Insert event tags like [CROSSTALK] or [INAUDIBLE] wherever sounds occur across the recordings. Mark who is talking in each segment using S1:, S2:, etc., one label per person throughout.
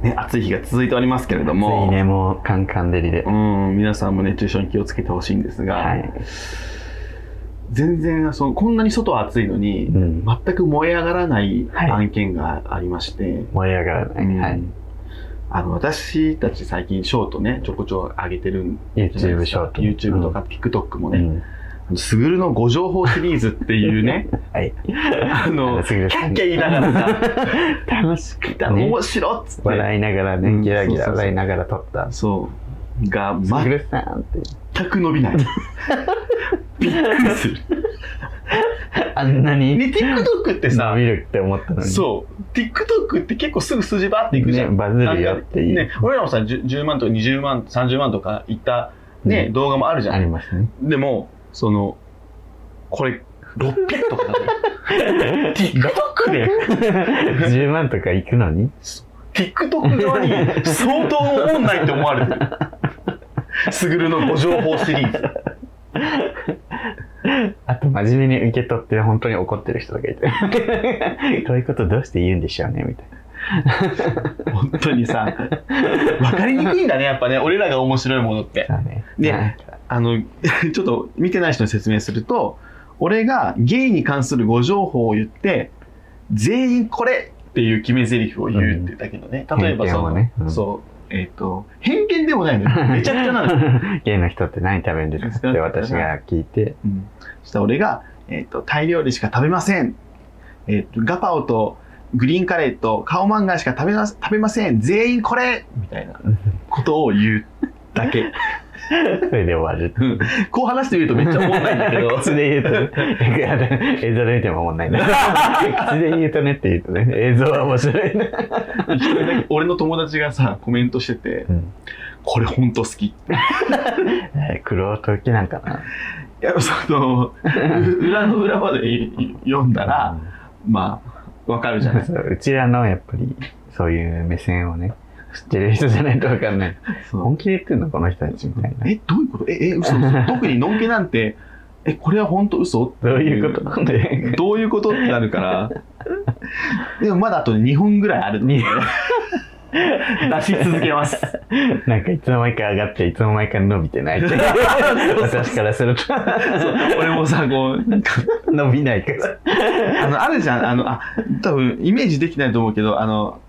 S1: ね、暑い日が続いておりますけれど
S2: つ
S1: も、
S2: いね、もうカンカン照りで
S1: う。ん、皆さんも熱中症に気をつけてほしいんですが、
S2: はい。
S1: 全然その、こんなに外は暑いのに、
S2: うん
S1: 全く燃え上がらない
S2: はい
S1: 案件がありまして、
S2: 燃え上がら
S1: うん
S2: ない。はい。
S1: あの私たち最近ショートね、ちょこちょこ上げてるんじゃない
S2: YouTube
S1: で
S2: シ
S1: す
S2: ョ
S1: か
S2: ート。
S1: YouTube とか TikTok も
S2: う
S1: ね、 [LAUGHS]
S2: ん。
S1: スグルのご情報シリーズっていうね、
S2: [LAUGHS] はい。
S1: あの、キ
S2: すぐ
S1: ャッ
S2: です
S1: キャ言いながらさ、
S2: 楽しくた [LAUGHS] ね。
S1: 面白っつって、
S2: 笑いながら
S1: う
S2: ね、
S1: ん
S2: ギラギ
S1: そうそうそ
S2: ラ
S1: う
S2: 笑いながら撮った。
S1: そう、が
S2: マ
S1: 全
S2: グさんって。
S1: く伸 [LAUGHS] びない。びっくりする。
S2: あんなに
S1: ね、TikTok って
S2: 伸
S1: さ、
S2: びるって思ったのに。
S1: そう、TikTok って結構すぐ数字バーっていくじゃん。
S2: ねバズるよっていう
S1: なんかね、俺らもさ、10, 10万とか20万、30万とかいった、ね、
S2: うん
S1: 動画もあるじゃ
S2: あ
S1: ん。
S2: りますね。 [LAUGHS]
S1: でも、その、これ、600とかだ
S2: [LAUGHS]
S1: ね。TikTok で、
S2: 10万とか行くのに
S1: TikTok 側に相当思んないって思われてる。スグルのご情報シリーズ。
S2: あと真面目に受け取って本当に怒ってる人とかいて
S1: [LAUGHS]
S2: こういうことどうして言うんでしょうねみたい
S1: 本当にさ、わかりにくいんだね、やっぱね。俺らが面白いものって。
S2: なさあね
S1: ね
S2: なんか
S1: あの、 [LAUGHS] ちょっと見てない人に説明すると、俺がゲイに関するご情報を言って、全員これっていう決め台詞を言うってだけどね。
S2: うん
S1: 例えばその、
S2: 偏見をねうん
S1: そう、えっ、と、偏見でもないの
S2: [LAUGHS]
S1: よ。めちゃくちゃなのよ。
S2: ゲイの人って何食べるんですかって私が聞いて
S1: うんそしたら俺が、えっ、と、タイ料理しか食べません。えっ、と、ガパオとグリーンカレーとカオマンガイしか食べま食べません。全員これみたいなことを言うだ
S2: [LAUGHS]
S1: け。
S2: それで終わる
S1: うんこう話してみるとめっちゃおもんないんだ
S2: [LAUGHS]
S1: けど。
S2: 口で言うとね、いや映像で見てもおもんないね口で言うとねって言うとね映像は面白いね、
S1: 一人だけ俺の友達がさコメントしてて
S2: うん、
S1: 「これほんと好き」い
S2: 黒ときなんかな
S1: やそのう裏の裏までい読んだらまあわかるじゃ
S2: [LAUGHS]
S1: ない
S2: そううちらのやっぱりそういう目線をね知ってる人じゃないと分かんない
S1: そう
S2: 本気で言ってんのこの人たちみたいな
S1: えどういうことええ嘘嘘特にのんけなんてえこれはほんと嘘
S2: どういうことなんで
S1: どういうことってなるからでもまだあと2本ぐらいある
S2: に
S1: [LAUGHS] 出し続けます
S2: なんかいつの間にか上がっていつの間にか伸びてないっ
S1: [LAUGHS]
S2: て私からすると
S1: そう俺もさこうなんか
S2: 伸びないから
S1: あの、あるじゃん、あの、あ、多分、イメージできないと思うけど、あの、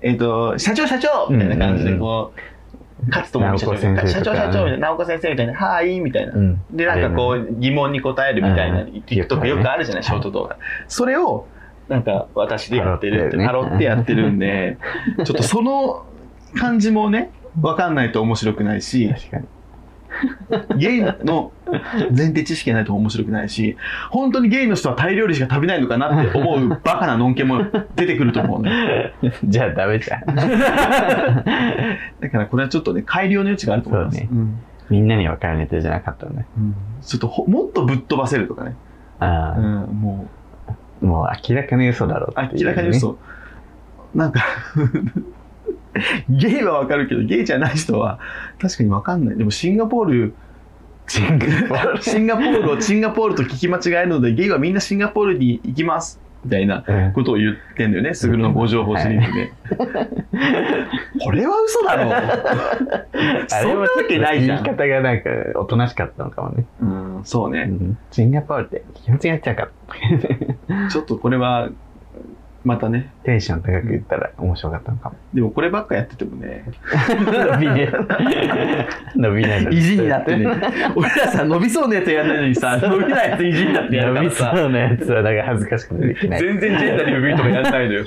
S1: えっ、と、社長社長みたいな感じで、こう、勝つと思う社長
S2: 直子先生とか
S1: 社長社長みたいな、直子先生みたいな、はーい、みたいな。
S2: ん
S1: で、なんかこう、疑問に答えるみたいな、
S2: うん
S1: TikTok よくあるじゃない、ショート動画。それを、なんか、私でやってるって、
S2: パ
S1: パロ
S2: ロ
S1: っ
S2: ってて
S1: や
S2: や
S1: ってるんで、ちょっとその感じもね、わかんないと面白くないし、
S2: 確かに
S1: ゲイの前提知識がないと面白くないし、本当にゲイの人はタイ料理しか食べないのかなって思うバカなのんけも出てくると思うね。
S2: じゃあダメじゃん
S1: だからこれはちょっとね、改良の余地があると思います。
S2: そうね
S1: うん
S2: みんなに分かるネタじゃなかったね
S1: うんちょっとほもっとぶっ飛ばせるとかね。
S2: あ
S1: う
S2: あ
S1: ん、も
S2: もう明らかに嘘だろ
S1: う、
S2: っていう、ね、
S1: 明らかに嘘。なんか、ゲイはわかるけど、ゲイじゃない人は確かにわかんない。でもシンガポール、
S2: シンガポール
S1: シンガポールをシンガポールと聞き間違えるので、ゲイはみんなシンガポールに行きます。みたいな。
S2: うん
S1: ことを言ってんだよね、すぐるのご情報シリーズで。 [LAUGHS] これは嘘だろ
S2: あ
S1: そ
S2: れ
S1: んな
S2: も
S1: わ
S2: ちょっと
S1: けないじゃ
S2: 言い
S1: ん。
S2: 方がなんかおとなしかったのかもね、
S1: うん、そう
S2: う
S1: ね。
S2: ん、シンガポールって気持ちがちゃうから
S1: ちょっとこれは、またね。
S2: テンション高く言ったら面白かったのかも
S1: でもこればっかやっててもね、
S2: 伸びねえ伸びないの
S1: 意地にな [LAUGHS] ってね。俺らさ、伸びそうなやつやんないのにさ、伸びないやつ意地になってやるか
S2: 伸
S1: ら
S2: びそ
S1: さ。
S2: うなやつはなんか恥ずかしくてできない
S1: 全然ジェンダーに不備とかやらないのよ。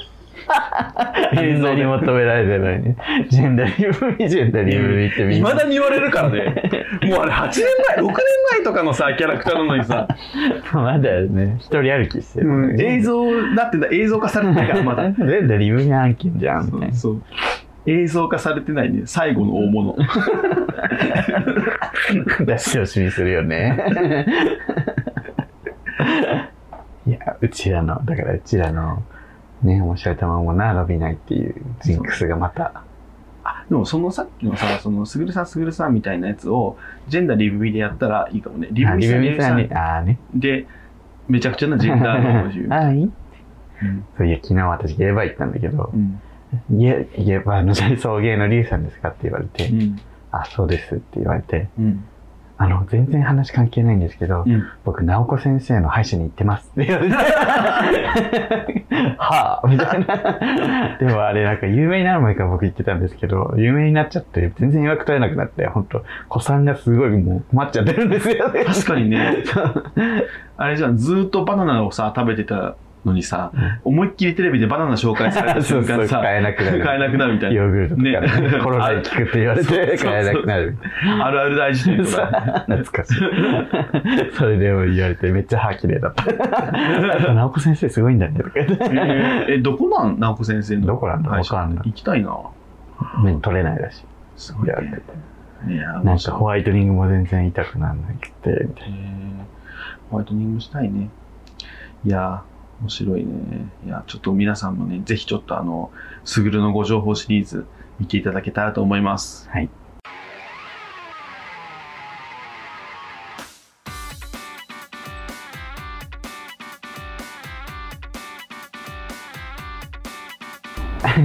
S2: 映像に求められてないね
S1: [LAUGHS]
S2: ジェンダーリブ [LAUGHS] ミジェンダーリブミってみ
S1: い
S2: んな
S1: まだに言われるからね。もうあれ8年前、6年前とかのさ、キャラクターなのにさ、
S2: [LAUGHS] まだね一人歩きしてる、
S1: うん映像だってな映像化されてないからま [LAUGHS] だ。
S2: ジェンダーリブミ案件じゃんみたいな
S1: そう映像化されてないね最後の大物
S2: 出し惜しみするよね。 [LAUGHS] いや、うちらの、だからうちらの、ね、面白い球もな、伸びないっていうジンクスがまた。
S1: あでもそのさっきのさそのすぐるさんすぐるさんみたいなやつをジェンダーリブミでやったらいいかもねリブ
S2: あ
S1: ミ
S2: リ
S1: さ
S2: ブ
S1: んリブ
S2: ミ
S1: ミさ
S2: さん
S1: ん
S2: に、ああね。
S1: でめちゃくちゃなジェンダーの
S2: [LAUGHS] ああ、いい
S1: うん
S2: そういや、昨日私、ゲイバー行ったんだけど
S1: う、ん
S2: 家、家、あの、 [LAUGHS] 大送芸のリュウさんですかって言われて
S1: う、ん
S2: あ、そうですって言われて、
S1: うん
S2: あの、全然話関係ないんですけど、
S1: うん
S2: 僕、直子先生の歯医者に行ってますって言われて、 [LAUGHS] はぁ、みたいな。でもあれ、なんか有名になる前から僕言ってたんですけど、有名になっちゃって、全然予約取れなくなって、ほんと、子さんがすごいもう困っちゃってるんですよね。
S1: 確かにね
S2: そう。
S1: あれじゃんずーっとバナナをさ食べてたのにさ思いっきりテレビでバナナ紹介された
S2: そ
S1: 瞬
S2: う
S1: 間
S2: [LAUGHS] そう、
S1: さ
S2: 買えなくなる。
S1: 買えなくなるみたいな
S2: ヨーグルトとかね、
S1: ね
S2: コロナに効くって言われて、買えなくなる。
S1: あるある大事典とか
S2: 懐かしい。それでも言われて、めっちゃ歯綺麗だった。あ
S1: [LAUGHS]
S2: と直子先生すごいんだねとか言って。
S1: えーえどこなん直子先生の
S2: どこなんだ
S1: 会社
S2: わかんない
S1: 行きたいな
S2: 面取れないらしい。
S1: すごい
S2: い
S1: ね
S2: や
S1: いや面
S2: なんか
S1: 白い
S2: ホワイトニングも全然痛くならなくて、 [LAUGHS] みた
S1: へ
S2: い
S1: ーホワイトニングしたいね。いやー、面白いね。いや、ちょっと皆さんもね、ぜひちょっとあの、すぐるのご情報シリーズ見ていただけたらと思います。
S2: はい。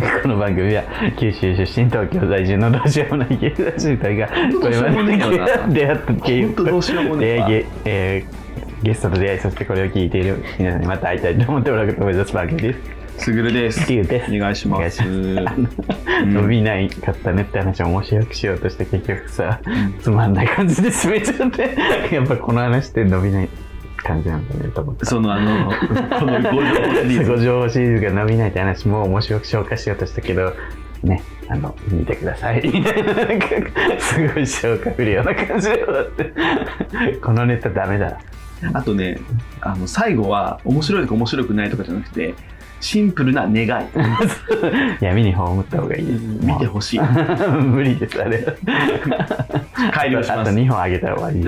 S2: な。この番組は九州出身東京在住のどうしようもない芸能人たちが
S1: 本当
S2: こ
S1: どう
S2: れ
S1: しようも
S2: ま
S1: ね
S2: で
S1: えよな
S2: 出会った経
S1: 本
S2: 由
S1: 当どうしようもね
S2: 出
S1: え
S2: 会いゲ、えーゲストと出会いそしてこれを聞いている皆さんにまた会いたいと思ってもらうことを目指す番組です。
S1: すぐるです。
S2: リュウです
S1: お願いします。
S2: あの伸びないかったねって話を面白くしようとして結局さ、
S1: ん
S2: つまんない感じで進めちゃってやっぱこの話って伸びない感じなんだねと思って。
S1: そのあの、このご情報シリーズ。
S2: [LAUGHS] ご情報シリーズが伸びないって話も面白く消化しようとしたけどねあの見てください [LAUGHS] みたいななんかすごい消化不良な感じで終わってこのネタダメだ
S1: あとね、あの、最後は、面白いとか面白くないとかじゃなくて、シンプルな願い。
S2: 闇に葬った方がいいです
S1: 見てほしい。
S2: もう [LAUGHS] 無理ですあれ
S1: 改良し
S2: あ
S1: ま
S2: と
S1: す。
S2: 2本あげた方がいい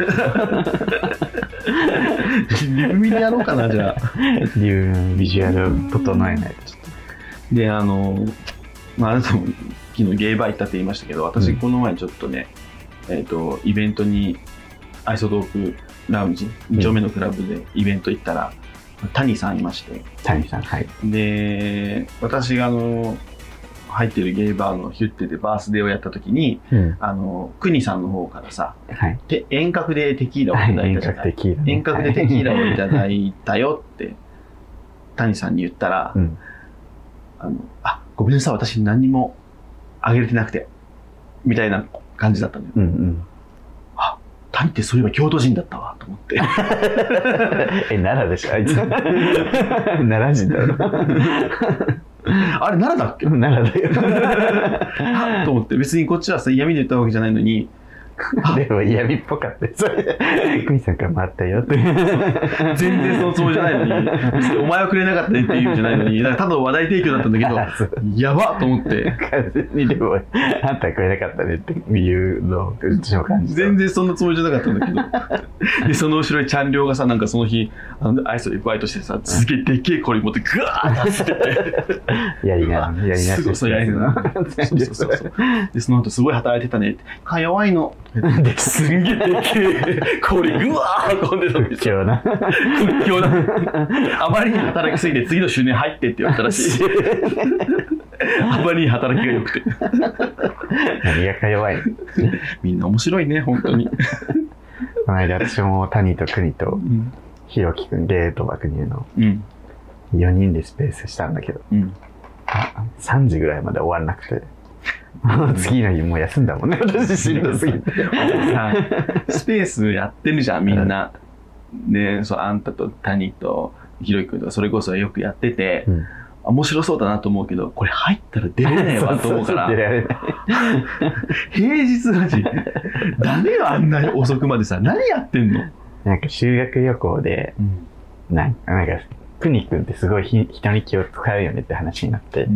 S1: リブミでやろうかな、じゃあ。
S2: っていうビジュアル整えないとちょっ
S1: であの、まあ、あなたも昨日ゲイバー行ったって言いましたけど
S2: う
S1: 私
S2: ん
S1: この前ちょっとね、えっとイベントにアイソトークラウンジ2丁目のクラブでイベント行ったら、谷さんいまして
S2: と谷さんはい
S1: で私があの入ってるゲイバーのヒュッテでバースデーをやった時に
S2: うん
S1: あの国さんの方からさ
S2: はい
S1: て遠隔でテキーラをいただいた
S2: 遠
S1: じゃ
S2: 隔
S1: ない
S2: 的だね
S1: 遠隔でテキーラをいた
S2: い
S1: だいたよって谷さんに言ったら、
S2: うん
S1: あの、あ、ごめんなさい、私何にもあげれてなくて、みたいな感じだったのよ。
S2: うんうん
S1: 谷ってそういえば京都人だったわ、と思
S2: [LAUGHS]
S1: って。
S2: [LAUGHS] え奈良でしょあいつ [LAUGHS] 奈良人だろ [LAUGHS]
S1: あれ、奈良だっけ
S2: 奈良だよ
S1: あと思って、別にこっちはさ、嫌味で言ったわけじゃないのに、あ
S2: でも嫌味っぽかったよそれクミさんからもあったよって
S1: 全然そのつもりじゃない
S2: [LAUGHS]
S1: のに、別にお前はくれなかったねっていうんじゃないのに、なんかただの話題提供だったんだけど、
S2: [LAUGHS] あそう
S1: やばっと思って、
S2: 完全にでもあんたはくれなかったねっていうのをうちも感じた
S1: 全然そんなつもりじゃなかったんだけ
S2: [LAUGHS]
S1: ど、で、その後ろにちゃんりょうがさ、なんかその日、あのアイスでバイトしてさ、すげえでっけえ氷持って、ぐわーって走ってって。
S2: やりなやりな
S1: すぐそうやりなそうそうそうそうで、その後すごい働いてたねって。か弱いの。すんげえでけえ氷ぐわー運んでたんです
S2: 貴重な
S1: よ。あまりに働きすぎて次の周年入ってって言われたらしい。あまりに働きが良くて。
S2: 何がか弱い
S1: みんな面白いね、本当に。
S2: この間私も谷と国と
S1: うん。
S2: ひろきくんゲート爆乳の
S1: うん。
S2: 4人でスペースしたんだけど
S1: うん。
S2: 3時ぐらいまで終わんなくてもう次の日もう休んだもんね私しんど
S1: [LAUGHS]
S2: すぎて
S1: さスペースやってるじゃん、みんな。ねそう、あんたと谷とひろゆきくんとか、それこそよくやってて、
S2: うん
S1: 面白そうだなと思うけど、これ入ったら出れないわと思うから
S2: 出。られない
S1: 平日マ [LAUGHS] ジダメよあんな遅くまでさ何やってんの、
S2: なんか修学旅行で
S1: うん
S2: なんかなんか国くんってすごいひ人に気を使うよねって話になって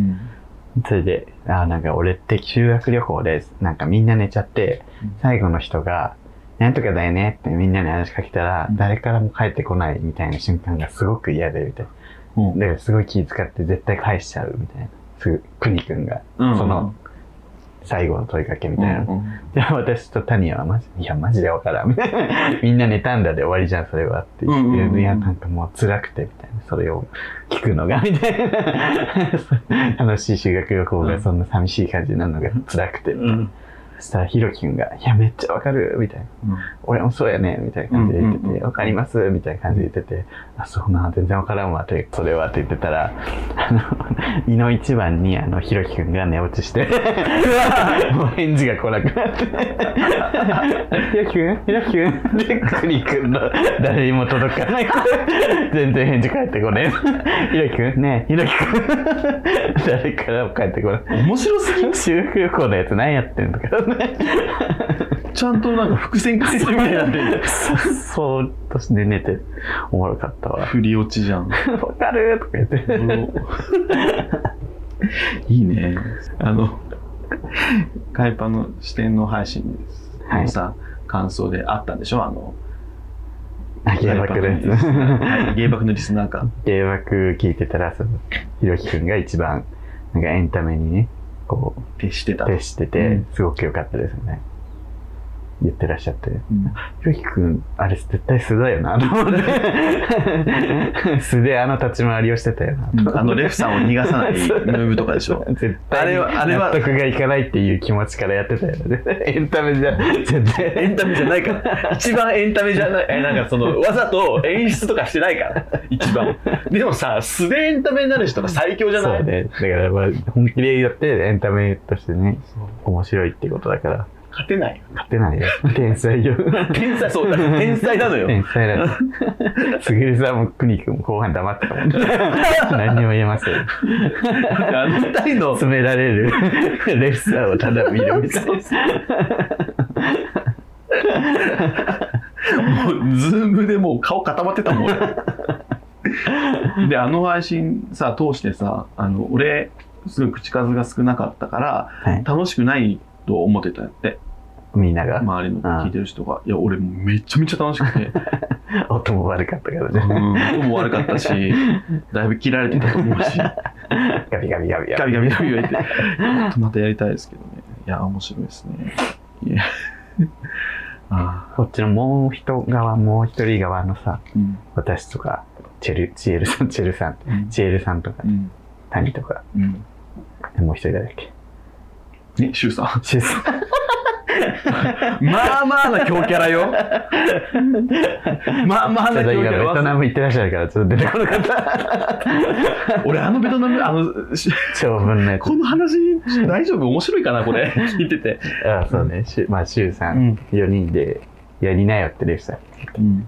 S2: それで、あーなんか俺って修学旅行で、なんかみんな寝ちゃって
S1: うん、
S2: 最後の人が、なんとかだよねってみんなに話しかけたら
S1: う、ん
S2: 誰からも帰ってこないみたいな瞬間がすごく嫌で、みたい
S1: うん
S2: な。だからすごい気遣って絶対返しちゃうみたいな。すぐ、くにくんが、
S1: うん
S2: その最後の問いかけみたいな、
S1: うんうん
S2: じゃあ [LAUGHS] 私とタニアはマジいやマジで分からんみたいなみん [LAUGHS] な妬んだで終わりじゃんそれはって言って、
S1: うんうんうん
S2: いやなんかもう辛くてみたいなそれを聞くのが [LAUGHS] みたいな [LAUGHS] 楽しい修学旅行
S1: う
S2: が
S1: ん
S2: そんな寂しい感じなのが辛くて、
S1: うん
S2: そしたらヒロキ君が「いやめっちゃ分かる」みたいな「俺もそうやね」みたいな感じで言ってて
S1: うん
S2: 「わ
S1: うんうん
S2: かります」みたいな感じで言ってて「あそうな全然分からんわ」ってそれはって言ってたらあの胃の一番にあのひろきくんが寝落ち [LAUGHS] してもう返事が来なくなって「ひろきくんひろきくん」でくりくんの誰にも届かない全然返事返ってこねえ「ひろきくんねえひろきくん」 [LAUGHS] 誰からも返って [LAUGHS] こない
S1: 面白すぎ
S2: 修学旅行のやつ何やってんのかね
S1: ちゃんとなんか伏線回収みたいになってる
S2: そそーっとして寝ておもろかったわ
S1: [LAUGHS] 振り落ちじゃん
S2: 「わかる!」とか言って
S1: いいねあのカイパの視点の配信です、
S2: はい
S1: さ感想であったんでしょあの
S2: あ芸爆のやつ
S1: はい芸爆のリスナーか
S2: 芸爆聞いてたらそのひろきくんが一番なんかエンタメにねこう
S1: 徹してた、
S2: 徹してて、
S1: うん
S2: すごく良かったですよね言ってらっしゃって
S1: うん
S2: ひろきくんあれ絶対素だよなと思って素であの立ち回りをしてたよなと思って
S1: あのレフさんを逃がさないムーブとかでしょ
S2: 絶対
S1: あれ
S2: に
S1: はあれは
S2: 納得がいかないっていう気持ちからやってたよね [LAUGHS] エンタメじゃ絶対
S1: エンタメじゃない [LAUGHS] から一番エンタメじゃないえなんかそのわざと演出とかしてないから一番 [LAUGHS] でもさ素でエンタメになる人が最強じゃない
S2: [LAUGHS] そうねだからまあ本気でやってエンタメとしてね
S1: そう
S2: 面白いってことだから
S1: 勝てないよ
S2: 勝てないよ天才よ
S1: [LAUGHS] 天才そうだから天才なのよ
S2: 天
S1: [LAUGHS]
S2: 才だよすぐるさんもくにくんも後半黙ってたもん何にも言えません
S1: あの二人の
S2: 詰められるレフさんをただ見るみたいな
S1: もうズームでもう顔固まってたもん [LAUGHS] 俺であの配信さ通してさあの俺すごい口数が少なかったから
S2: はい
S1: 楽しくないと思ってたんやって
S2: みんなが
S1: 周りの聞いてる人がいや俺めちゃめちゃ楽しくて、
S2: 音も悪かったから
S1: う
S2: ね
S1: ん、音も悪かったしだいぶ切られてたと思う [LAUGHS] し
S2: ガビガビガビ
S1: ガビガビガビ [LAUGHS] 言ってちょっとまたやりたいですけどねいや面白いですねいや [LAUGHS] あ
S2: こっちのもう一側もう一人側の
S1: あ
S2: さ
S1: うん
S2: 私とかチェルチエルさんチェルさん
S1: うん
S2: チエルさんとか
S1: うん
S2: 谷とか
S1: うん
S2: もう一人誰だっけ
S1: ねシュウさん [LAUGHS]
S2: シュウさん
S1: まあまあな強キャラ [LAUGHS] よ。まあまあ
S2: ちょ
S1: な
S2: っと
S1: 強キャ
S2: 今ベト
S1: ラ。
S2: ナム行ってらっしゃるからちょっと出てこなかった
S1: 俺あのベトナムあのし
S2: 長文のやつ
S1: この話大丈夫面白いかなこ [LAUGHS] れ聞いてて。
S2: あそうねシュまあシュウさ
S1: うんん。
S2: 4人でやりなよってレフさん
S1: うん、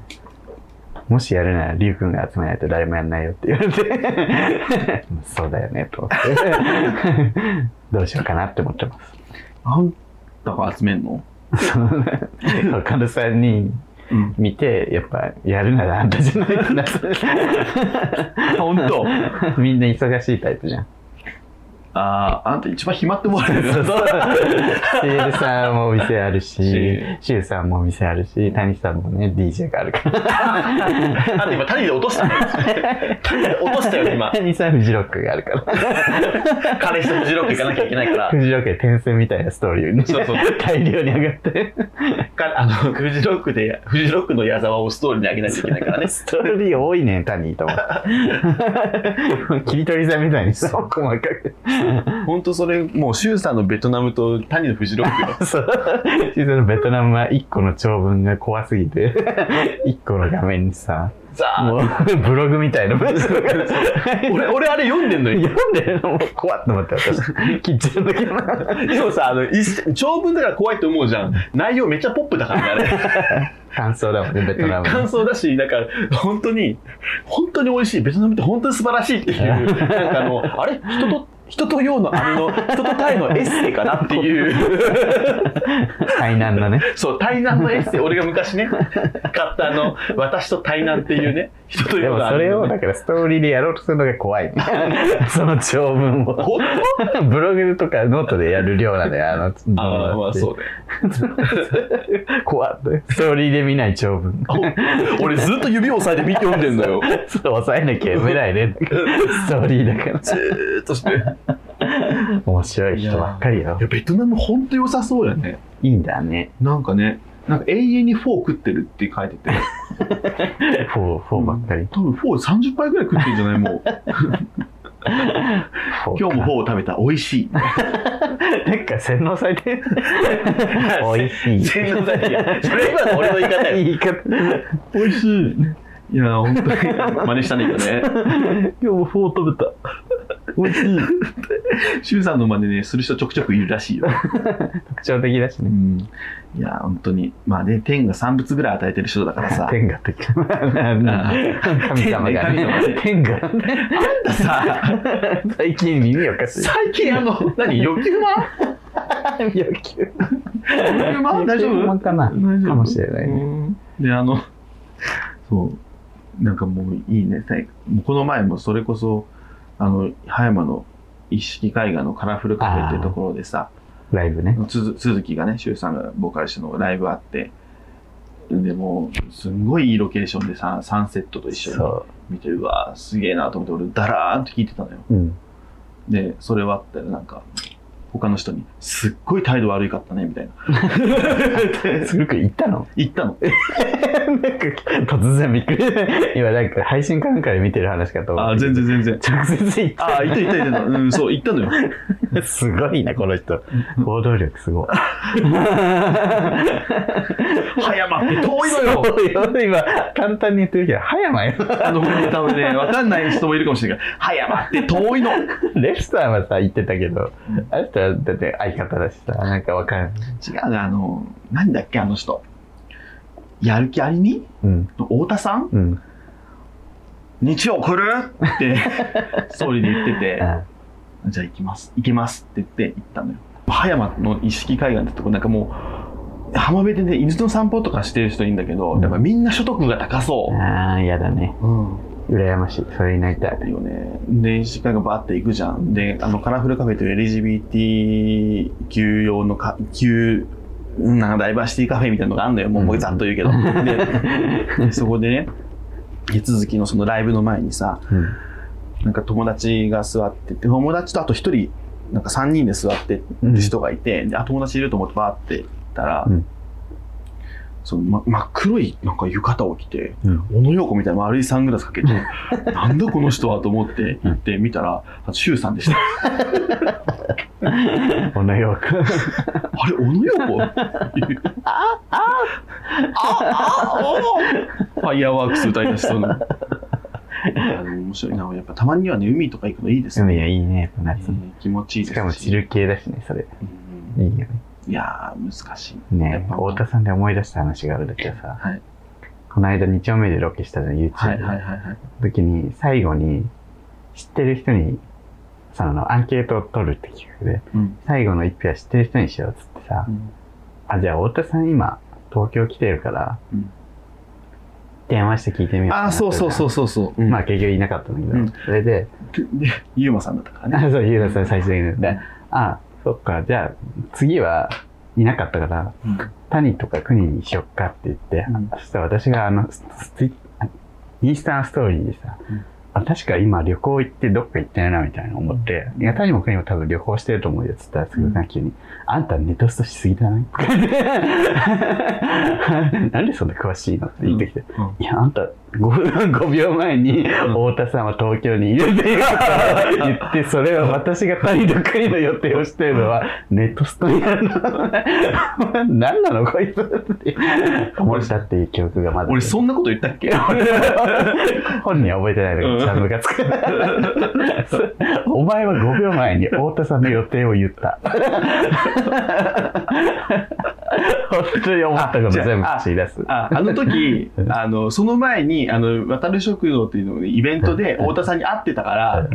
S2: もしやるならリュウ君が集めないと誰もやんないよって言われてそうだよね
S1: [LAUGHS]
S2: と思ってどうしようかなって思ってます
S1: あんたが集めんの？
S2: その他の3人
S1: うん。
S2: 見てやっぱやるならあんたじゃないか [LAUGHS] な
S1: 本当。
S2: みんな忙しいタイプじゃん
S1: あああんた一番暇って思われる。
S2: シエルさんもお店あるし
S1: し、
S2: シュウさんもお店あるし、谷さんもね、DJ があるから。
S1: あんた今谷で落としたね。谷で落としたよ今。
S2: 谷さん、フジロックがあるから。
S1: 彼氏とフジロック行かなきゃいけないから。
S2: フジロックで転生みたいなストーリーに
S1: そうそう
S2: 大量に上がって、
S1: かあのフジロックでフジロックの矢沢をストーリーにあげないといけないからね。
S2: ストーリー多いね、谷と思 [LAUGHS] って。切り取りさんみたいにさ、細かく。
S1: 本当それもうシュウさんのベトナムと谷のフジロックよ。
S2: [LAUGHS] そう。シュウさんのベトナムは1個の長文が怖すぎ
S1: [LAUGHS]
S2: て、1個の画面にさ、
S1: ザーッ
S2: もう [LAUGHS] ブログ
S1: [LAUGHS]
S2: みたいな文章が。
S1: 俺俺あれ読んでんのよ
S2: 読んでるのもう怖っと思って私
S1: [LAUGHS]
S2: 切っちゃうんだけどな
S1: でもさあの一長文だから怖いと思うじゃん内容めっちゃポップだからねあ
S2: 感想だもんねベトナ
S1: れ感
S2: ム
S1: 想だしなんか本当に本当に美味しいベトナムって本当に素晴らしいっていうなんかあのあれ人と人と用のあの人とタイのエッセイかなっていう
S2: 海南のね
S1: そう対南のエッセイ俺が昔
S2: [LAUGHS]
S1: ね買ったあの「私と対南」っていうね人と
S2: で
S1: 用
S2: も
S1: のあ
S2: そ
S1: の
S2: れをだからストーリーでやろうとするのが怖い
S1: [LAUGHS]
S2: ねその長文を
S1: 本
S2: ブログとかノートでやる量なんだよあの
S1: 当ああまあそうね
S2: 怖ってストーリーで見ない長
S1: [LAUGHS]
S2: 文
S1: 俺ずっと指を押さえて見て読んでんのよ [LAUGHS]
S2: ちょっと抑えなきゃ読めないねストーリーだから
S1: ずーっとして
S2: 面白い人ばっかりよ
S1: いやベトナムほんと良さそうやね
S2: いいん
S1: [LAUGHS]
S2: だね
S1: なんかねなんか永遠にフォー食ってるって書いてて
S2: フォーフォーばっかり、
S1: 多分フォー30杯ぐらい食ってんじゃないもう
S2: フォー
S1: 今日もフォーを食べた美味しい
S2: なんか洗脳され
S1: [LAUGHS]
S2: てる美味しい
S1: 洗脳されてるいやそれ今の俺の言い方よ
S2: 言い方 [LAUGHS]
S1: 美味しいいや本当に真似したね今ね
S2: 今日もフォー食べた [LAUGHS] 美味しい
S1: [LAUGHS] シュウさんの真似ねする人ちょくちょくいるらしい
S2: [LAUGHS]
S1: よ、
S2: 特徴的だし
S1: う
S2: ね
S1: ん、いや本当にまあね天が産物ぐらい与えてる人だからさ
S2: [LAUGHS] 天下って神様がね天下 [LAUGHS]
S1: さ
S2: 最近耳おかしい
S1: 最近あの何欲求満
S2: 欲求
S1: 欲求満大丈夫
S2: かなか
S1: 大丈夫
S2: もしれないね
S1: うんであのそうなんかもういいね最もうこの前もそれこそあの葉山の一色絵画のカラフルカフェっていうところでさ
S2: ライブね
S1: つづ鈴木がね周さんがボーカリストのライブあってでもうすんごいいいロケーションでさサンセットと一緒に
S2: そ
S1: 見てうわーすげえなと思って俺ダラーンと聞いてたのよ
S2: ううん
S1: でそれはあったらなんか他の人に「すっごい態度悪いかったね」みたい
S2: [LAUGHS]
S1: な
S2: すごく言ったの
S1: 言ったの
S2: [LAUGHS] なんか突然びっくり今なんか配信かなんかで見てる話かと思
S1: あ
S2: っ
S1: ー
S2: た
S1: 全然全然
S2: 直接言っ
S1: ああ、いたいたいたいた。うん、そう、行ったのよ。
S2: たすごいなこの人行動力すごい
S1: 葉山って遠いのよ。
S2: そうよ今簡単に言ってるけど葉山よ
S1: あの、このネタをね、わかんない人もいるかもしれないから、葉山って遠いの。違
S2: レフさんはさ言ってたけど
S1: うん
S2: あの人はだって相方だしさなんかわかんないう
S1: な、あの、なんだっけ、あの人。やる気ありみ
S2: うん
S1: の太田さん
S2: うん
S1: 日曜来る [LAUGHS] って、ストーリーで言ってて、
S2: あ
S1: じゃあ行きます、行けますって言って行ったのよ。葉山の一色海岸ってとこ、なんかもう、浜辺でね、犬の散歩とかしてる人いいんだけど、やっぱみんな所得が高そ
S2: あーやだね
S1: う。うん。
S2: 羨ましいそれになりたい
S1: よね。で、しっかりバーって行くじゃん。で、あの、カラフルカフェという LGBTQ 用のか、Q、うんなんかダイバーシティカフェみたいなのがあるのよ。もう、
S2: うん
S1: もうざっと言う [LAUGHS] けど。で、で [LAUGHS] そこでね、続きのそのライブの前にさ、
S2: うん
S1: なんか友達が座ってて、友達とあと一人、なんか3人で座ってる人がいて、であ、友達いると思ってバーって行ったら、
S2: うん
S1: その、ま、真っ黒いなんか浴衣を着て、
S2: うん
S1: 小野洋子みたいな丸いサングラスかけて、なんだこの人はと思って行ってみたら、周さんでした。
S2: 小野洋子
S1: あれ、小野洋子っていうあ、あ、おーファイヤーワークス歌い出しそうな。いやでも面白いな。やっぱたまにはね、海とか行くのいいです
S2: 海
S1: ね。
S2: が [LAUGHS] いいねやっぱ夏
S1: うん気持ちいいです
S2: しかも汁系だしねそれ
S1: うん
S2: いいよね
S1: いやー、難しい。やっ
S2: ね
S1: ぱ
S2: 太田さんで思い出した話があるんだけどさ
S1: はい。
S2: この間2丁目でロケしたの YouTube
S1: はいはいはいはい。
S2: 時に最後に知ってる人にそのアンケートを取るって企画で
S1: うん。
S2: 最後の一票は知ってる人にしようっつってさ、
S1: うん
S2: あじゃあ太田さん今東京来てるから、
S1: うん
S2: 電話して聞いてみよう
S1: あー、そうそうそううそうそう。
S2: まあ
S1: ま
S2: 結局いなかったんだけど、
S1: うん
S2: それで
S1: ゆうまさんだったから
S2: あ
S1: ね。
S2: そうゆうださん最終的にであそっかじゃあ次はいなかったから
S1: うん
S2: 谷とか国にしよっかって言って、
S1: うん
S2: そしたら私があのスツイインスタのストーリーでさ、
S1: うん
S2: あ確か今旅行行ってどっか行ってるなみたいな思って、いや谷も国も多分旅行してると思うよっつったらすぐさん急に、あんたネトストしすぎじゃない
S1: [LAUGHS]
S2: [LAUGHS] なんでそんな詳しいのって言ってきて、
S1: うんうん
S2: いやあんた [LAUGHS] 5, 秒前に太田さんは東京にいるって言ってそれを私が谷と国の予定をしてるの [LAUGHS] はネットストになるの何なのこいつって思ったっていう記憶がまだ
S1: 俺、そんなこと言ったっけ
S2: [LAUGHS] 本人は覚えてないのがちゃんとがつくお前は5秒前に太田さんの予定を言った [LAUGHS] 本当に思ったこと全部口に出す
S1: ああの時あのその前にあの渡る食堂っていうの、ね、イベントで太田さんに会ってたから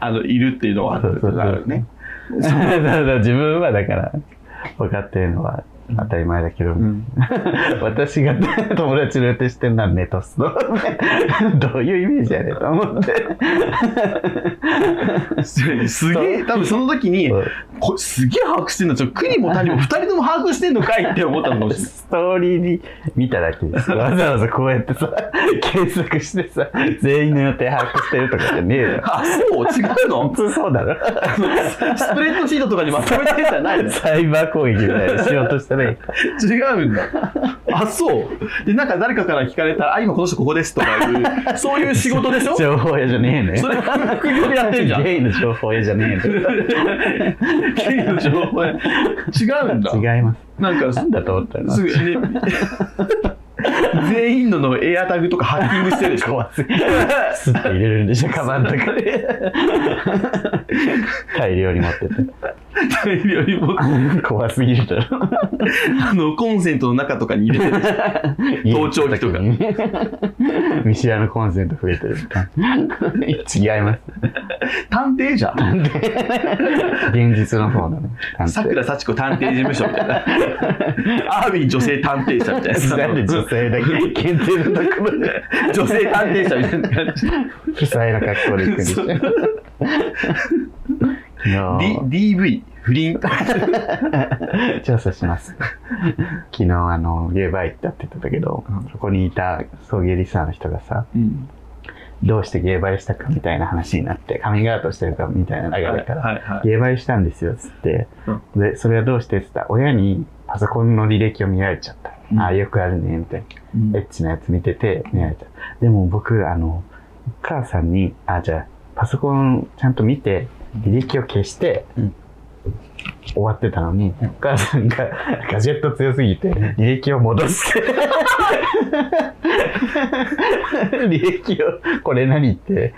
S1: あのいるっていうのがあったからね
S2: そうそうそう自分はだから分かってるのは当たり前だけど、
S1: うん
S2: 私が友達の予定してるのはネトスの [LAUGHS] どういうイメージやねんと思って
S1: [LAUGHS] すげえ多分その時にこれすげえ把握してんのちょ国も谷も2人とも把握してんのかいって思ったのかもしれない
S2: ストーリーに見ただけですわざわざこうやってさ検索してさ全員の予定把握してるとかじゃねえよ
S1: [LAUGHS] あ、そう違うの
S2: 本当そうだろ
S1: [LAUGHS] スプレッドシートとかにまとめてんじゃないの
S2: サイバー攻撃みたいにしようとしてね
S1: 違うんだ。あ、そう。で、なんか誰かから聞かれたら、あ、今この人ここですとかいう、そういう仕事で [LAUGHS] しょ
S2: 情報屋じゃねえのよ
S1: それ副 [LAUGHS] 業でやってんじゃん。
S2: ゲイの情報屋じゃねえ
S1: 経の情報や違うんだ。
S2: の違います
S1: なんか、
S2: なんだと思ったの
S1: すぐ、ね全員ののエアタグとかハッキングしてるでし
S2: [LAUGHS]
S1: ょ。
S2: 怖すぎスッと入れるんでしょカバンと
S1: [LAUGHS]
S2: かで大量に持
S1: [LAUGHS]
S2: ってて
S1: 大量にも
S2: 怖すぎるだろ
S1: あの、コンセントの中とかに入れてるでしょ。盗聴器とか
S2: 見知らぬコンセント増えてる違います
S1: 探偵じゃん。
S2: 現実の方だね探偵
S1: さくら幸子探偵事務所みたいな。アーミー女性探偵社みたいな。
S2: [LAUGHS] なんで女性だけ限定のところで
S1: [LAUGHS] 女性探偵社みたいな
S2: [LAUGHS]
S1: 感じ。
S2: 不細な格好で行くんでしょ
S1: そう
S2: いやー
S1: D- DV、不倫。
S2: 調査します昨日あのゲーバー行ったって言ってたけど、
S1: うん
S2: そこにいた送迎リスナーの人がさ
S1: うん
S2: どうしてゲーバーしたかみたいな話になってカミングアウトしてるかみたいな流
S1: はい
S2: れから、
S1: はいはい。
S2: ゲーバイしたんですよっつって、でそれはどうしてっつったら親にパソコンの履歴を見られちゃった、
S1: うん
S2: ああよくあるねみたい
S1: うん
S2: なエッチなやつ見てて見られたでも僕あの母さんにあじゃあパソコンちゃんと見て履歴を消して、
S1: うん
S2: 終わってたのに、お母さんがガジェット強すぎて履歴を
S1: [LAUGHS]
S2: 戻して履歴をこれ何って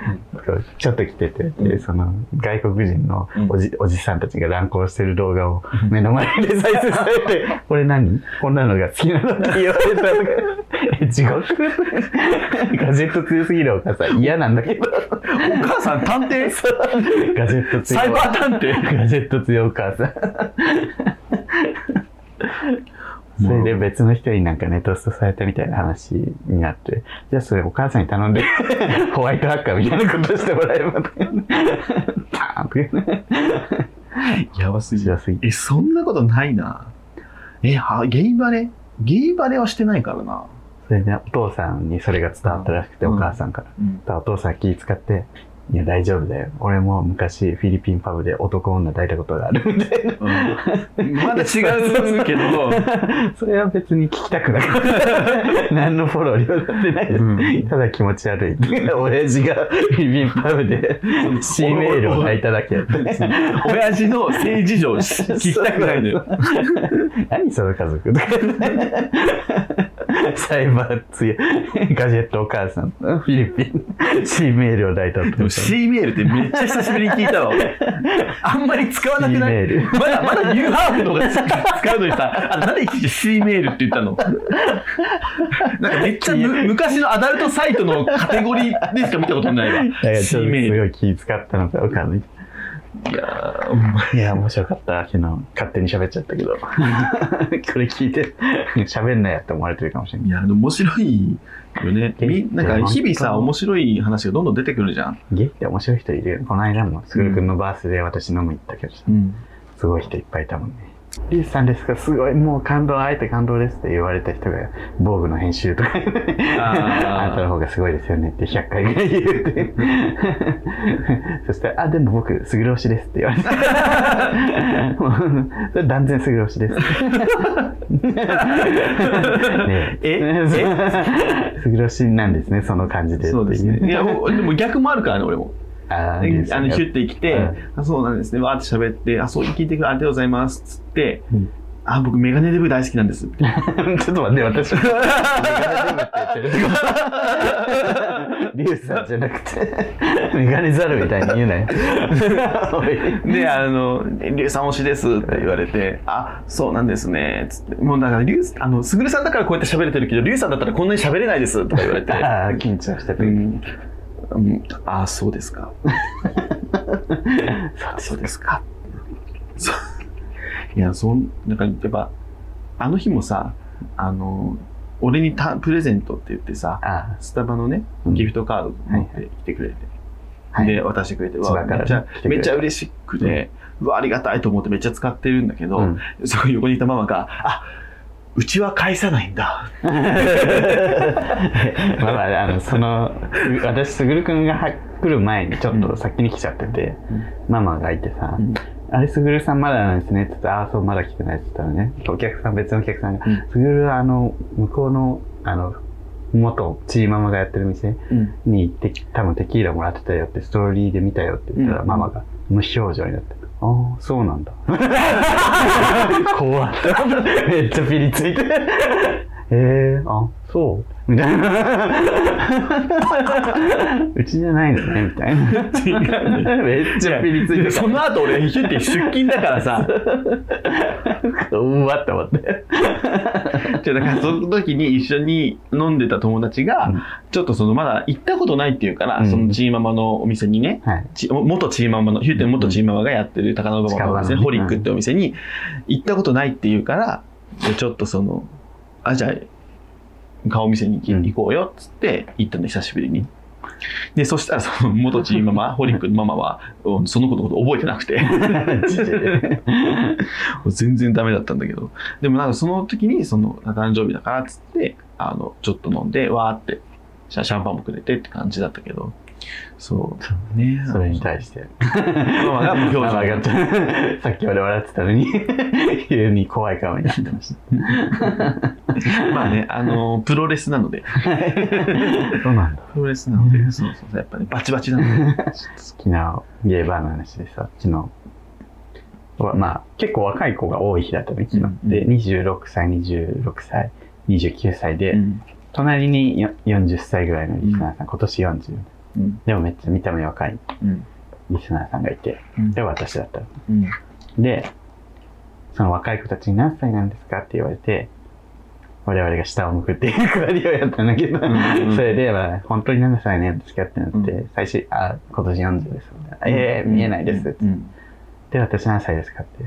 S2: ちょっと来てて、でその外国人のおじ,、おじさんたちが乱行してる動画を目の前で再生されて、
S1: [LAUGHS]
S2: これ何こんなのが好きなのって言われたとか、え地獄ガジェット強すぎるお母さん嫌なんだけど、
S1: お母さん探
S2: [LAUGHS]
S1: 偵
S2: ガジェット強
S1: サイバー探偵
S2: ガジェット強いお母さん。それで別の人になんかネトストされたみたいな話になって、じゃあそれお母さんに頼んで、ホワイトハッカーみたいなことしてもらえ
S1: [LAUGHS]
S2: ば、パーンとかね、
S1: やばすぎ
S2: しやすい。
S1: え、そんなことないな。え、はゲイバレゲイバレはしてないからな。
S2: それでお父さんにそれが伝わったらしくて、
S1: うん
S2: お母さんから。
S1: うん、
S2: お父さん気使って、いや大丈夫だよ。俺も昔フィリピンパブで男女抱いたことがあるみたいな。 [LAUGHS]
S1: まだ違うけど、
S2: それは別に聞きたくな
S1: [LAUGHS]
S2: かった。何のフォローにもなってないです。
S1: うん
S2: ただ気持ち悪い。親父がビビンパブで C メールを泣いただけやった。
S1: 親父の性事情聞きたくないのよ。
S2: [LAUGHS] 何その家族とかサイバー強い。ガジェットお母さん。フィリピン。C メールを抱いたって
S1: でも C メールってめっちゃ久しぶりに聞いたわ。俺あんまり使わなくな
S2: C メ
S1: い
S2: ー。ル
S1: まだまだニューハーフの方が使うのにさ、あなんでいちいち C メールって言ったのなんかめっちゃむ昔のアダルトサイトのカテゴリーでしか見たことないわ。
S2: だからち
S1: C
S2: ょっと
S1: メー
S2: す
S1: ル。
S2: ごい気使ったのかわかんない。
S1: いやー、お前
S2: いや、面白かった。昨日、勝手に喋っちゃったけど。 [LAUGHS] これ聞いて、喋んないやって思われてるかもしれない。
S1: いや、でも面白いよね。みなんか日々さ、面白い話がどんどん出てくるじゃん。
S2: ゲイって面白い人いるよね。この間も、すぐるくんのバースで私飲む行ったけどさ、
S1: [LAUGHS] うん。
S2: すごい人いっぱいいたもんね。リュウジさんですかすごい、もう感動、あえて感動ですって言われた人が、防具の編集とか、あなたの方がすごいですよねって100回ぐらい言うて。そして、あ、でも僕、すぐる推しですって言 [LAUGHS] われた。もうそれ断然すぐる推しです。ね
S1: え
S2: すぐる推しなんですね、その感じでってい。
S1: そうですね。いや、おでも逆もあるからね、俺も。
S2: あーリュウジ
S1: で
S2: さ
S1: あ
S2: ん
S1: の、
S2: が
S1: ヒ
S2: [LAUGHS]
S1: ュッて来て、あそうなんですね、わーって喋って、あ、そう聞いてくれ、ありがとうございます、つって、
S2: うん
S1: あ、僕、メガネデブ大好きなんです。みたいな
S2: ちょっと待って、
S1: [LAUGHS]
S2: 私。メガネデブって言ってる。リュウジさんじゃなくて、メガネザルみたいに言うな
S1: [LAUGHS]
S2: よ。
S1: で、あの、リュウさん推しですって言われて、あ、そうなんですね、つって、もうだから、リュウ、あの、すぐるさんだからこうやって喋れてるけど、リュウさんだったらこんなに喋れないです、とか言われて、
S2: ああ、緊張してて。
S1: うん、うん、あ、そうです
S2: [LAUGHS]
S1: か。あそうですか。そういや、そん、なんか、やっぱ、あの日もさ、あの、俺にたプレゼントって言ってさ、
S2: あ
S1: スタバのね、
S2: うん
S1: ギフトカード持ってきてくれて、
S2: はい
S1: で、渡してくれて、
S2: 千葉
S1: わ
S2: から
S1: めっ
S2: ね
S1: ちゃ
S2: 来てくれて
S1: めっちゃ嬉しくて、うわ、ありがたいと思ってめっちゃ使ってるんだけど、
S2: うん
S1: そこ横にいたママが、あうちは返さないん
S2: [LAUGHS]
S1: だ。 [LAUGHS]
S2: まあ [LAUGHS] まあ、あの、その、私、すぐるくんがは来る前にちょっと先に来ちゃってて、ママがいてさ、
S1: うん
S2: あれ、すぐるさんまだなんですねって言って、ああ、そう、まだ来てないって言ったらね、お客さん、別のお客さんが
S1: うん、
S2: すぐるはあの、向こうの、あの、元、チーママがやってる店
S1: うん
S2: に行って、多分テキーラもらってたよって、ストーリーで見たよって言ったら、
S1: うん
S2: ママが無表情になって、ああ、そうなんだ。怖っ。 [LAUGHS] めっちゃピリついて。 [LAUGHS] えー、あ、そうみたいな。 [LAUGHS] うちじゃないのね、みたいな。めっちゃピリついてた
S3: そ。の後俺ヒュッて出勤だから
S2: [LAUGHS]
S3: さ
S2: うわって思って。
S1: じゃあだからその時に一緒に飲んでた友達
S2: う
S1: が
S2: ん、
S1: ちょっとそのまだ行ったことないっていうから、
S2: うん
S1: そのチーママのお店にね、
S2: はい。 [LAUGHS]
S1: ち元チーママの、ヒューテン元チーママがやってる高野馬場のお店、
S2: 近場のね
S1: ホリックってお店に行ったことないっていうから、でちょっとその、あ、じゃあ、顔見せに行き
S2: うん
S1: 行こうよっつって行ったの、久しぶりに。で、そしたらその元チーマ
S2: [LAUGHS]
S1: マ、ホリックのママは、うんその子のこと覚えてなくて。全然ダメだったんだけど。でもなんかその時に、その、誕生日だからっつって、あの、ちょっと飲んで、わーって、シャシャンパンもくれてって感じだったけど。そう。ね
S2: それに対して。
S1: ママが無表情
S2: ママがさっきまで笑ってたのに、 [LAUGHS] 急に怖い顔になってました。
S1: まあね、あの、プロレスなので。
S2: [LAUGHS] そうなんだ。
S1: プロレスなので、そうそうそう、やっぱね、バチバチなので。ちょっと
S2: 昨日、ゲーバーの話でさ、昨日、わまあ、結構若い子が多い日だったの、昨日。
S1: うん
S2: で、26歳、26歳、29歳で、
S1: うん
S2: 隣によ40歳ぐらいのリスナーさん、今年40。
S1: うん
S2: でもめっちゃ見た目若い
S1: うん
S2: リスナーさんがいて、
S1: うん
S2: で、私だったの。
S1: うん
S2: で、その若い子たちに何歳なんですかって言われて、我々が下を向くっていうくだりをやったんだけど、
S1: んうん
S2: それで、まあ、本当に何歳なんですかってなって、
S1: う
S2: 最初、あ、今年40ですみたいな。ええ見えないですって。
S1: うん
S2: で、私何歳ですかって。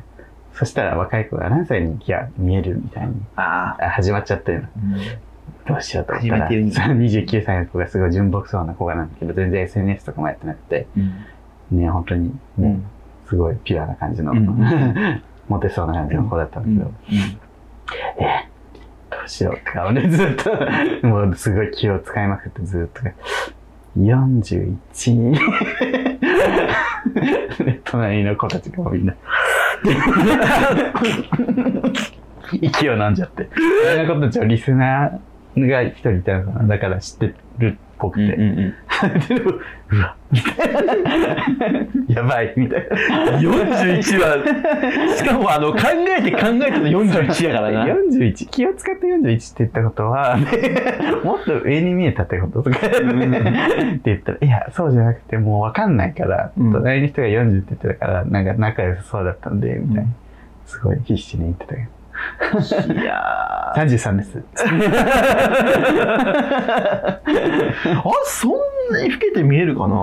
S2: そしたら若い子が何歳にいや見えるみたいに、
S1: ああ。
S2: あ始まっちゃってるの。
S1: うん
S2: どうしようと思った
S1: 始ま
S2: ら、
S1: ってるんだ
S2: その29歳の子がすごい純朴そうな子がなんだけど、全然 SNS とかもやってなくて、
S1: うん
S2: ね、本当に、
S1: う
S2: もうんすごいピュアな感じの、
S1: うん
S2: [LAUGHS] モテそうな感じの子だったんだけど、えーどうしようって顔でずっと、もうすごい気を使いまくってずっと、41。で [LAUGHS] 隣の子たちがもうみんな、息を飲んじゃって。隣の子たちはリスナーが一人いたのかな。だから知ってるっぽく
S1: うん
S2: て。
S1: うん
S2: でもうわ、やばい、みたいな。
S3: 41はしかもあの考えて考えての41やか
S2: [LAUGHS]
S3: らな
S2: 41気を使って41って言ったことは [LAUGHS] もっと上に見えたってこととかって言ったらいやそうじゃなくてもう分かんないから、
S1: うん
S2: 隣の人が40って言ってたからなんか仲良さそうだったんでみたいな、すごい必死に言ってたけど
S1: うんいやー
S2: 33です
S1: あそんなに老けて見えるかな
S2: な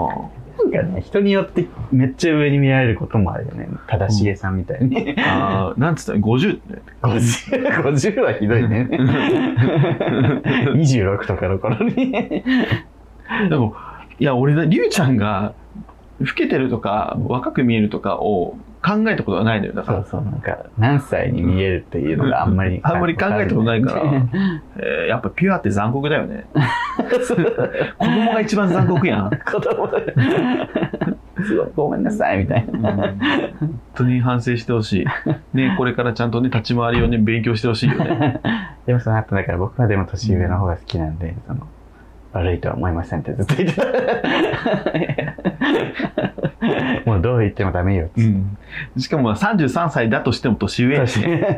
S2: んかね人によってめっちゃ上に見られることもあるよね正しげさんみたいに、
S1: あーなんつったの50って
S2: 50, 50はひどいね26とかの頃に
S1: でもいや俺りゅうちゃんが老けてるとか若く見えるとかを考えたことはないのよだか
S2: そ
S1: ら
S2: うそう、なんか、何歳に見えるっていうのがあんまり。
S1: あんまり考えたことないから
S2: わ
S1: えーやっぱピュアって残酷だよね子供が一番残酷やん
S2: か [LAUGHS] んない。子供だすごい、ごめんなさい、みたいな。
S1: 本当に反省してほしい、ね、これからちゃんとね立ち回りをね勉強してほしいよね
S2: でもその後、だから僕はでも年上の方が好きなんで、その、悪いとは思いませんってずっと言
S1: [LAUGHS]
S2: ってた。もうどう言ってもダメよって。
S1: うん、しかも33歳だとしても年上やしね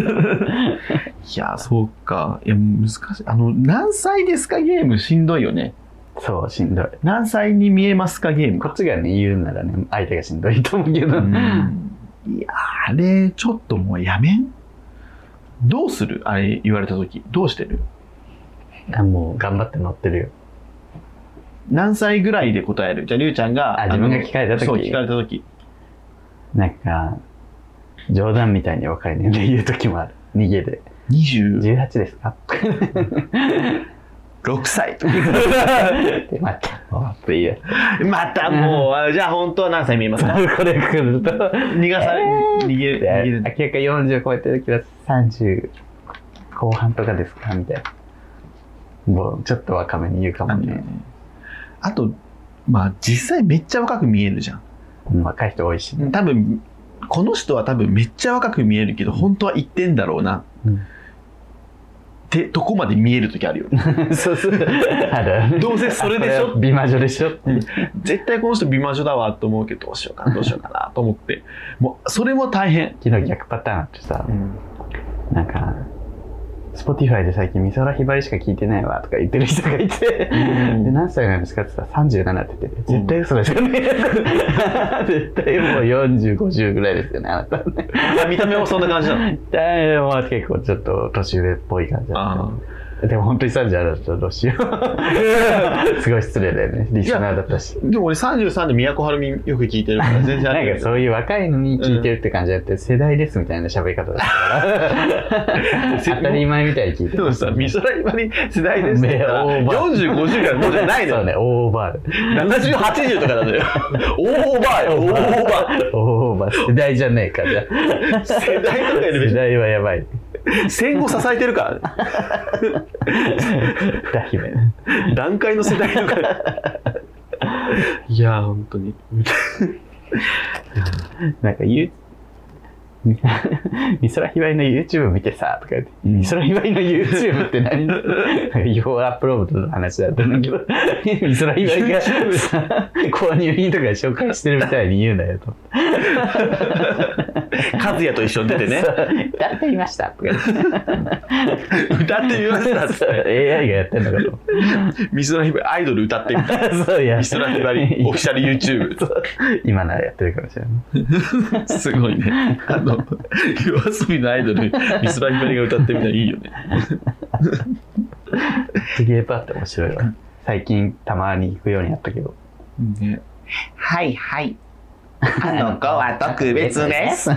S1: いやそうかいや難しいあの何歳ですかゲームしんどいよね
S2: [LAUGHS] そう、しんどい。
S1: 何歳に見えますかゲーム
S2: こっちがね、言うならね、相手がしんどいと思うけ
S1: [LAUGHS]
S2: ど。
S1: いやあれちょっともうやめんどうするあれ言われた時どうしてる
S2: あもう、頑張って乗ってるよ。
S1: 何歳ぐらいで答えるじゃありゅうちゃんが
S2: あ自分が
S1: の
S2: 聞かれた時
S1: そう聞かれた時
S2: なんか、冗談みたいに若い年齢言う時もある。逃げで。
S1: 26
S2: 18ですか
S1: 歳と
S2: って待った。あって言え。
S1: [LAUGHS] またもう、あじゃあ本当は何歳見え
S2: [LAUGHS]
S1: ますか
S2: これ来ると。
S1: 逃がさ、逃げる、逃げ
S2: で明
S1: る
S2: ら。か40超えてるけど、30後半とかですかみたいな。もうちょっと若めに言うかもね。
S1: あと、まあ実際めっちゃ若く見えるじゃん。
S2: うん若い人多いし。
S1: 多分、この人は多分めっちゃ若く見えるけど、本当は言ってんだろうな。
S2: うん
S1: ってとこまで見える時あるよね。
S2: [LAUGHS] そうそう。ある
S1: どうせそれでしょ
S2: あこは美魔女でしょ
S1: [LAUGHS] 絶対この人美魔女だわと思うけど、どうしようかな、どうしようかなと思って。もう、それも大変。
S2: 昨日逆パターンあってさ、なんか、Spotify で最近美空ひばりしか聞いてないわとか言ってる人がいて、
S1: うん
S2: で、何歳なんですかって言ったら37って言って、絶対嘘ですよね。絶対もう40、50ぐらいですよね、あなたはね。
S1: 見た目もそんな感じな
S2: [LAUGHS]
S1: の。
S2: だいぶもう結構ちょっと年上っぽい感じだ
S1: あ
S2: った。でも本当に37だったらどうしよう。すごい失礼だよね。リスナーだったし。
S1: でも俺33で都はるみよく聞いてるから全然あ
S2: な
S1: れ
S2: ん
S1: だ
S2: か
S1: け
S2: そういう若いのに聞いてるって感じだって、世代ですみたいな喋り方だった
S1: [LAUGHS]
S2: から、当たり前みたいに聞いて
S1: どでも [LAUGHS] さ、美空ひばり世代です
S2: [LAUGHS]
S1: って言ったら、
S2: ね
S1: 40、
S2: オーバー
S1: 50からもうじゃないの
S2: そう
S1: よ。
S2: ね、オーバーで。
S1: 70、80とかなの
S2: [LAUGHS]
S1: よ。オーバーよ、オーバ
S2: オーバー、世代じゃねえか、じゃあ
S1: ー。世代とかより
S2: 世 [LAUGHS]
S1: 別
S2: 代はやばい。
S1: に戦後支えてるから、
S2: 歌姫。
S1: 段階の世代とか。いやー、本当に。
S2: なんか、ゆ、 [LAUGHS] 美空ひばりの YouTube 見てさ、とか言って、美空ひばりの YouTube って何なんか、違法アップロードの話だったんだけど、美空ひばりがさ購入品とか紹介してるみたいに言うなよと。
S1: 和也と一緒に出てね
S2: そ、う歌ってみま [LAUGHS] した、とか言って。
S1: [LAUGHS] 歌ってみましたっ
S2: そう
S1: て。
S2: AI がやってんのかと思っ
S1: 美空ひばり、アイドル歌ってみた。
S2: た。そういや。
S1: 美空ひばり、オフィシャル YouTube。
S2: そう今ならやってるかもしれない。
S1: すごいね。あの、夜遊びのアイドル、美空ひばりが歌ってみたらいいよね。
S2: すげえパって面白いわ。最近たまに行くようになったけど。
S1: ね
S4: はい
S2: [LAUGHS]
S4: はい。あの子は特別です。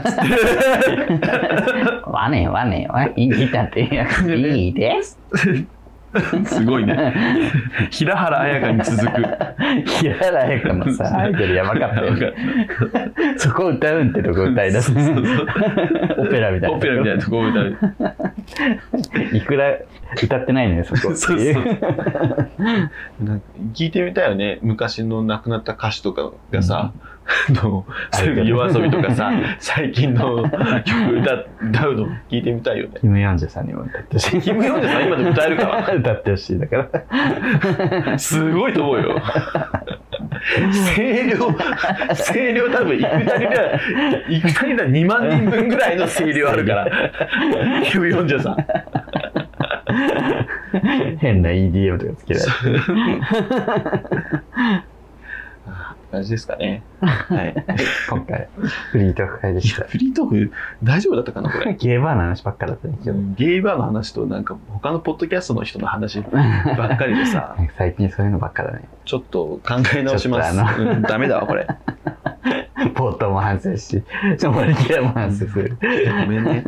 S2: わねわねわね、いいだって [LAUGHS] いいです。
S1: すごいね。平原綾香に続く。
S2: 平原綾香のさ、アイドルやばかったよね。そこ歌うんってとこ歌い出す。オペラみたいな。
S1: オペラみたいなとこを歌う。
S2: いくら歌ってないのよ、そこって
S1: そう
S2: い。
S1: そうう。なんか聞いてみたいよね。昔の亡くなった歌手とかがさ、あのそういう夜遊びとかさ、最近の曲歌歌うの聞いてみたいよね。
S2: [LAUGHS] キム・ヨンジュさんにも歌ってほしい。
S1: キムヨンジュさん今でも歌えるから
S2: 歌ってほしい。だから、
S1: すごいと思うよ。声量、声量多分、幾谷では、幾谷では2万人分ぐらいの声量あるから、 [LAUGHS] キムヨンジュさん。
S2: 変な EDM とかつけられて。
S1: 感じですかね。はい。
S2: 今回、フリートーク会で
S1: い
S2: し
S1: や、
S2: た。
S1: フリートーク大丈夫だったかな、これ。
S2: ゲーバーの話ばっかだったね、今日。
S1: ゲイバーの話と、なんか他のポッドキャストの人の話ばっかりで
S2: [LAUGHS]
S1: さ、
S2: なんか最近そういうのばっかだね。
S1: ちょっと考え直します。
S2: ちょっとあの
S1: うんダメだわ、こ
S2: [LAUGHS]
S1: れ。
S2: 冒頭も反省し、 [LAUGHS] ちょっと割り切らも反省する。
S1: ごめんね。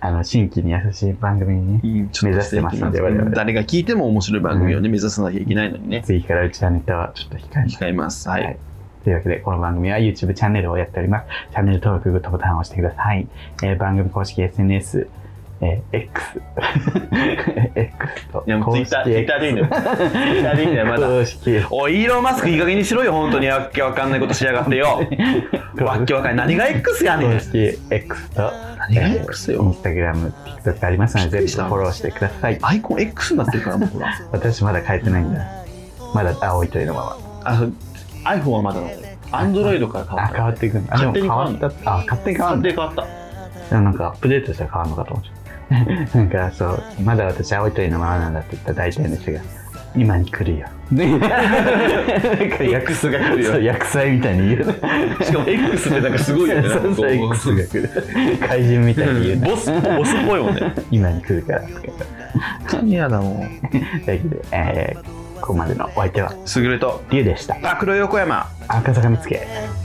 S2: あの、新規に優しい番組にね、
S1: うんちょっと素敵な
S2: 目指してますんで我々
S1: 誰が聞いても面白い番組をね、目指さなきゃいけないのにね。
S2: 次からうちのネタはちょっと控えます。
S1: 控えます。は。
S2: はいい。というわけで、この番組は YouTube チャンネルをやっております。チャンネル登録、グッドボタンを押してください。えー番組公式 SNS、えー X。X と。
S1: いや、もうツイッター、ツイッターでいいんだよ。ツイッターでいいんだよ、ま
S2: [LAUGHS]
S1: だ。
S2: 公式 X
S1: おい、イーロン・マスクいい加減にしろよ、本当に。わっけわかんないことしやがって
S2: [LAUGHS]
S1: よ。わっけわかんない。何が X やね
S2: 公
S1: ん。
S2: 式 X と、
S1: 何が X
S2: イン
S1: よ。
S2: スタグラム、TikTok ありますの
S1: びっく
S2: で、
S1: りした
S2: 全部フォローしてください。
S1: アイコン X になってるから、もうほら。
S2: 私まだ変えてないんだ。まだ青い鳥のまま。
S1: あの iPhone はまだなのよ。Android から変わ
S2: あ、
S1: った。
S2: 変わっていくんだ。あ、でも
S1: 勝手に
S2: 変
S1: 変わ
S2: わ
S1: んの
S2: ったって。あ、勝手に変わん
S1: 勝
S2: だ
S1: 手に。変わった。
S2: でもなんかアップデートしたら変わるのかと思っちゃう [LAUGHS] なんかそう、まだ私青い鳥のままなんだって言った大体の人が、今に来るよ。なん
S1: [LAUGHS]
S2: か薬
S1: X が来るよ
S2: そう薬剤みたいに言う。
S1: しかも X ってなんかすごいよね。なん
S2: [LAUGHS] そう
S1: かこ
S2: そうう X が来る。怪人みたいに言う。
S1: ボス、ボスっぽいもんね。
S2: 今に来るからとか言って。
S1: 嫌だもん。
S2: というわけで、えーここまでのお相手は、
S1: 優れと、
S2: リュウでした。
S1: パクロ横山。
S2: 赤坂見つけ。
S5: 「